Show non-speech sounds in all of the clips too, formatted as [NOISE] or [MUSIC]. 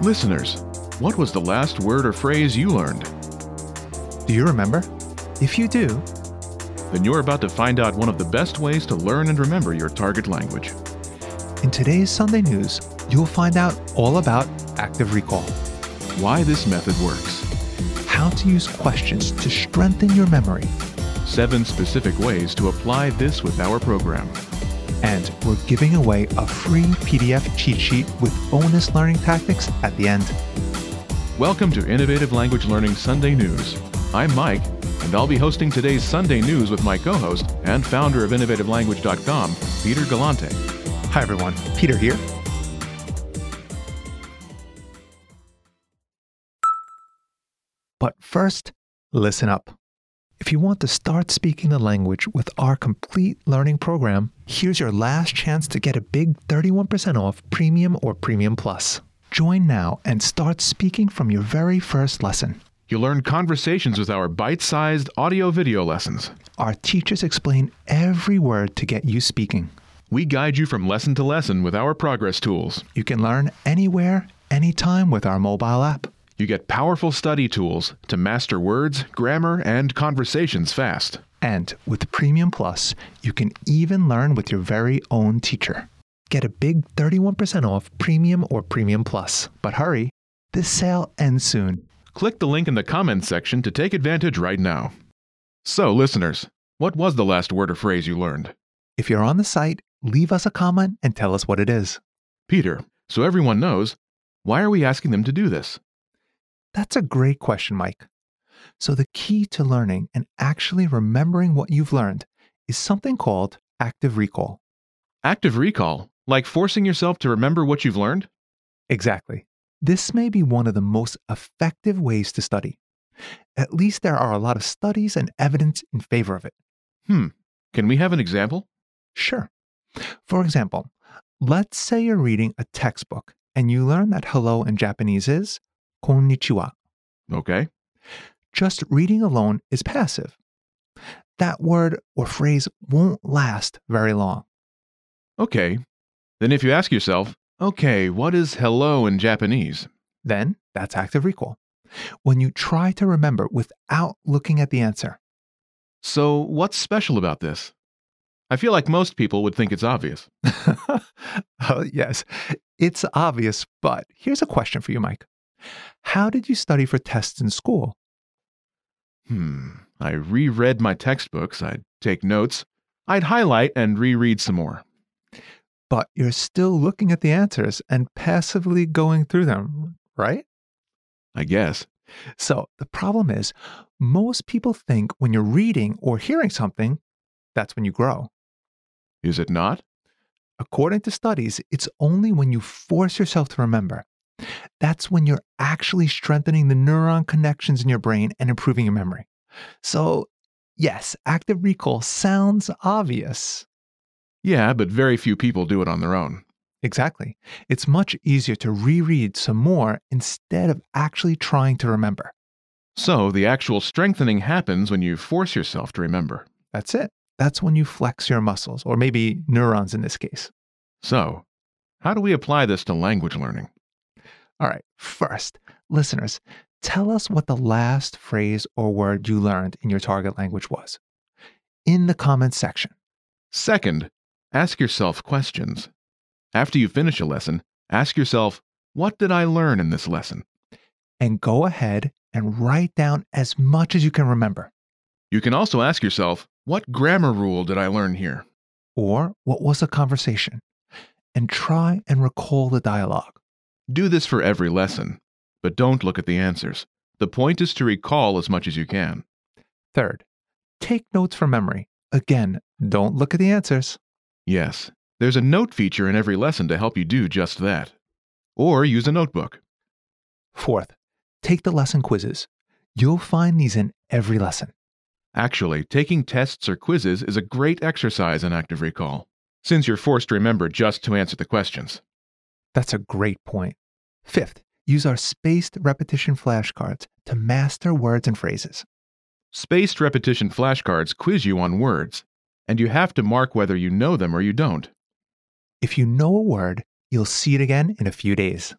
Listeners, what was the last word or phrase you learned? Do you remember? If you do, Then you're about to find out one of the best ways to learn and remember your target language. in today's Sunday News, you'll find out all about active recall, Why this method works, how to use questions to strengthen your memory, seven specific ways to apply this with our program. and we're giving away a free PDF cheat sheet with bonus learning tactics at the end. Welcome to Innovative Language Learning Sunday News. I'm Mike, and I'll be hosting today's Sunday News with my co host and founder of InnovativeLanguage.com, Peter Galante. Hi, everyone. Peter here. But first, listen up. If you want to start speaking the language with our complete learning program, here's your last chance to get a big 31% off Premium or Premium Plus. Join now and start speaking from your very first lesson. You'll learn conversations with our bite sized audio video lessons. Our teachers explain every word to get you speaking. We guide you from lesson to lesson with our progress tools. You can learn anywhere, anytime with our mobile app. You get powerful study tools to master words, grammar, and conversations fast. And with Premium Plus, you can even learn with your very own teacher. Get a big 31% off Premium or Premium Plus. But hurry, this sale ends soon. Click the link in the comments section to take advantage right now. So, listeners, what was the last word or phrase you learned? If you're on the site, leave us a comment and tell us what it is. Peter, so everyone knows, why are we asking them to do this? That's a great question, Mike. So, the key to learning and actually remembering what you've learned is something called active recall. Active recall, like forcing yourself to remember what you've learned? Exactly. This may be one of the most effective ways to study. At least there are a lot of studies and evidence in favor of it. Hmm. Can we have an example? Sure. For example, let's say you're reading a textbook and you learn that hello in Japanese is konnichiwa. Okay. Just reading alone is passive. That word or phrase won't last very long. Okay. Then if you ask yourself, okay, what is hello in Japanese? Then that's active recall. When you try to remember without looking at the answer, [LAUGHS] So, what's special about this? I feel like most people would think it's obvious. oh, yes, it's obvious, but here's a question for you, Mike. How did you study for tests in school? Hmm. I reread my textbooks, I'd take notes, I'd highlight and reread some more. but you're still looking at the answers and passively going through them, right? I guess. So the problem is, most people think when you're reading or hearing something, that's when you grow. Is it not? According to studies, it's only when you force yourself to remember. That's when you're actually strengthening the neuron connections in your brain and improving your memory. So, yes, active recall sounds obvious. Yeah, but very few people do it on their own. Exactly. It's much easier to reread some more instead of actually trying to remember. So, the actual strengthening happens when you force yourself to remember. That's it. That's when you flex your muscles, or maybe neurons in this case. So, how do we apply this to language learning? All right, first, listeners, tell us what the last phrase or word you learned in your target language was in the comments section. Second, ask yourself questions. After you finish a lesson, ask yourself, What did I learn in this lesson? And go ahead and write down as much as you can remember. You can also ask yourself, What grammar rule did I learn here? Or what was the conversation? And try and recall the dialogue. Do this for every lesson, but don't look at the answers. The point is to recall as much as you can. Third, take notes from memory. Again, don't look at the answers. Yes, there's a note feature in every lesson to help you do just that. Or use a notebook. Fourth, take the lesson quizzes. You'll find these in every lesson. Actually, taking tests or quizzes is a great exercise in active recall, since you're forced to remember just to answer the questions. That's a great point. Fifth, use our spaced repetition flashcards to master words and phrases. Spaced repetition flashcards quiz you on words, and you have to mark whether you know them or you don't. If you know a word, you'll see it again in a few days.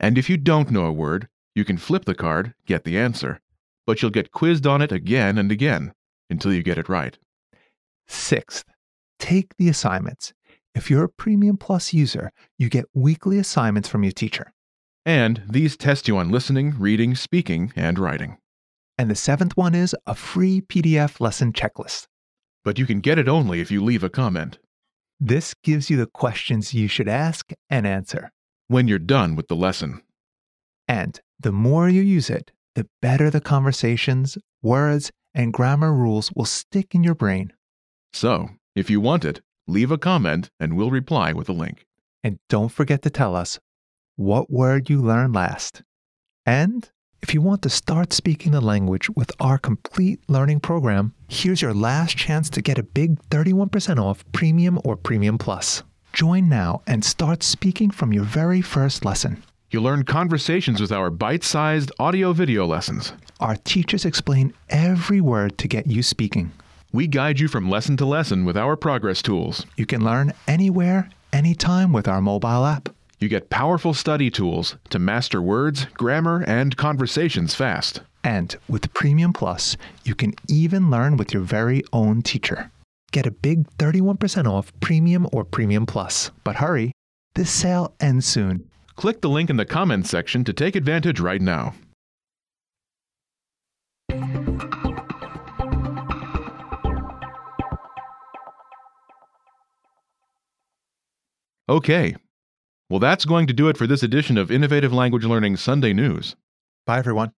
And if you don't know a word, you can flip the card, get the answer, but you'll get quizzed on it again and again until you get it right. Sixth, take the assignments. If you're a Premium Plus user, you get weekly assignments from your teacher. And these test you on listening, reading, speaking, and writing. And the seventh one is a free PDF lesson checklist. But you can get it only if you leave a comment. This gives you the questions you should ask and answer. When you're done with the lesson, And the more you use it, the better the conversations, words, and grammar rules will stick in your brain. So, if you want it, leave a comment and we'll reply with a link. And don't forget to tell us what word you learned last. And if you want to start speaking the language with our complete learning program, here's your last chance to get a big 31% off Premium or Premium Plus. Join now and start speaking from your very first lesson. You'll learn conversations with our bite sized audio video lessons. Our teachers explain every word to get you speaking. We guide you from lesson to lesson with our progress tools. You can learn anywhere, anytime with our mobile app. You get powerful study tools to master words, grammar, and conversations fast. And with Premium Plus, you can even learn with your very own teacher. Get a big 31% off Premium or Premium Plus. But hurry, this sale ends soon. Click the link in the comments section to take advantage right now. Okay. Well, that's going to do it for this edition of Innovative Language Learning Sunday News. Bye, everyone.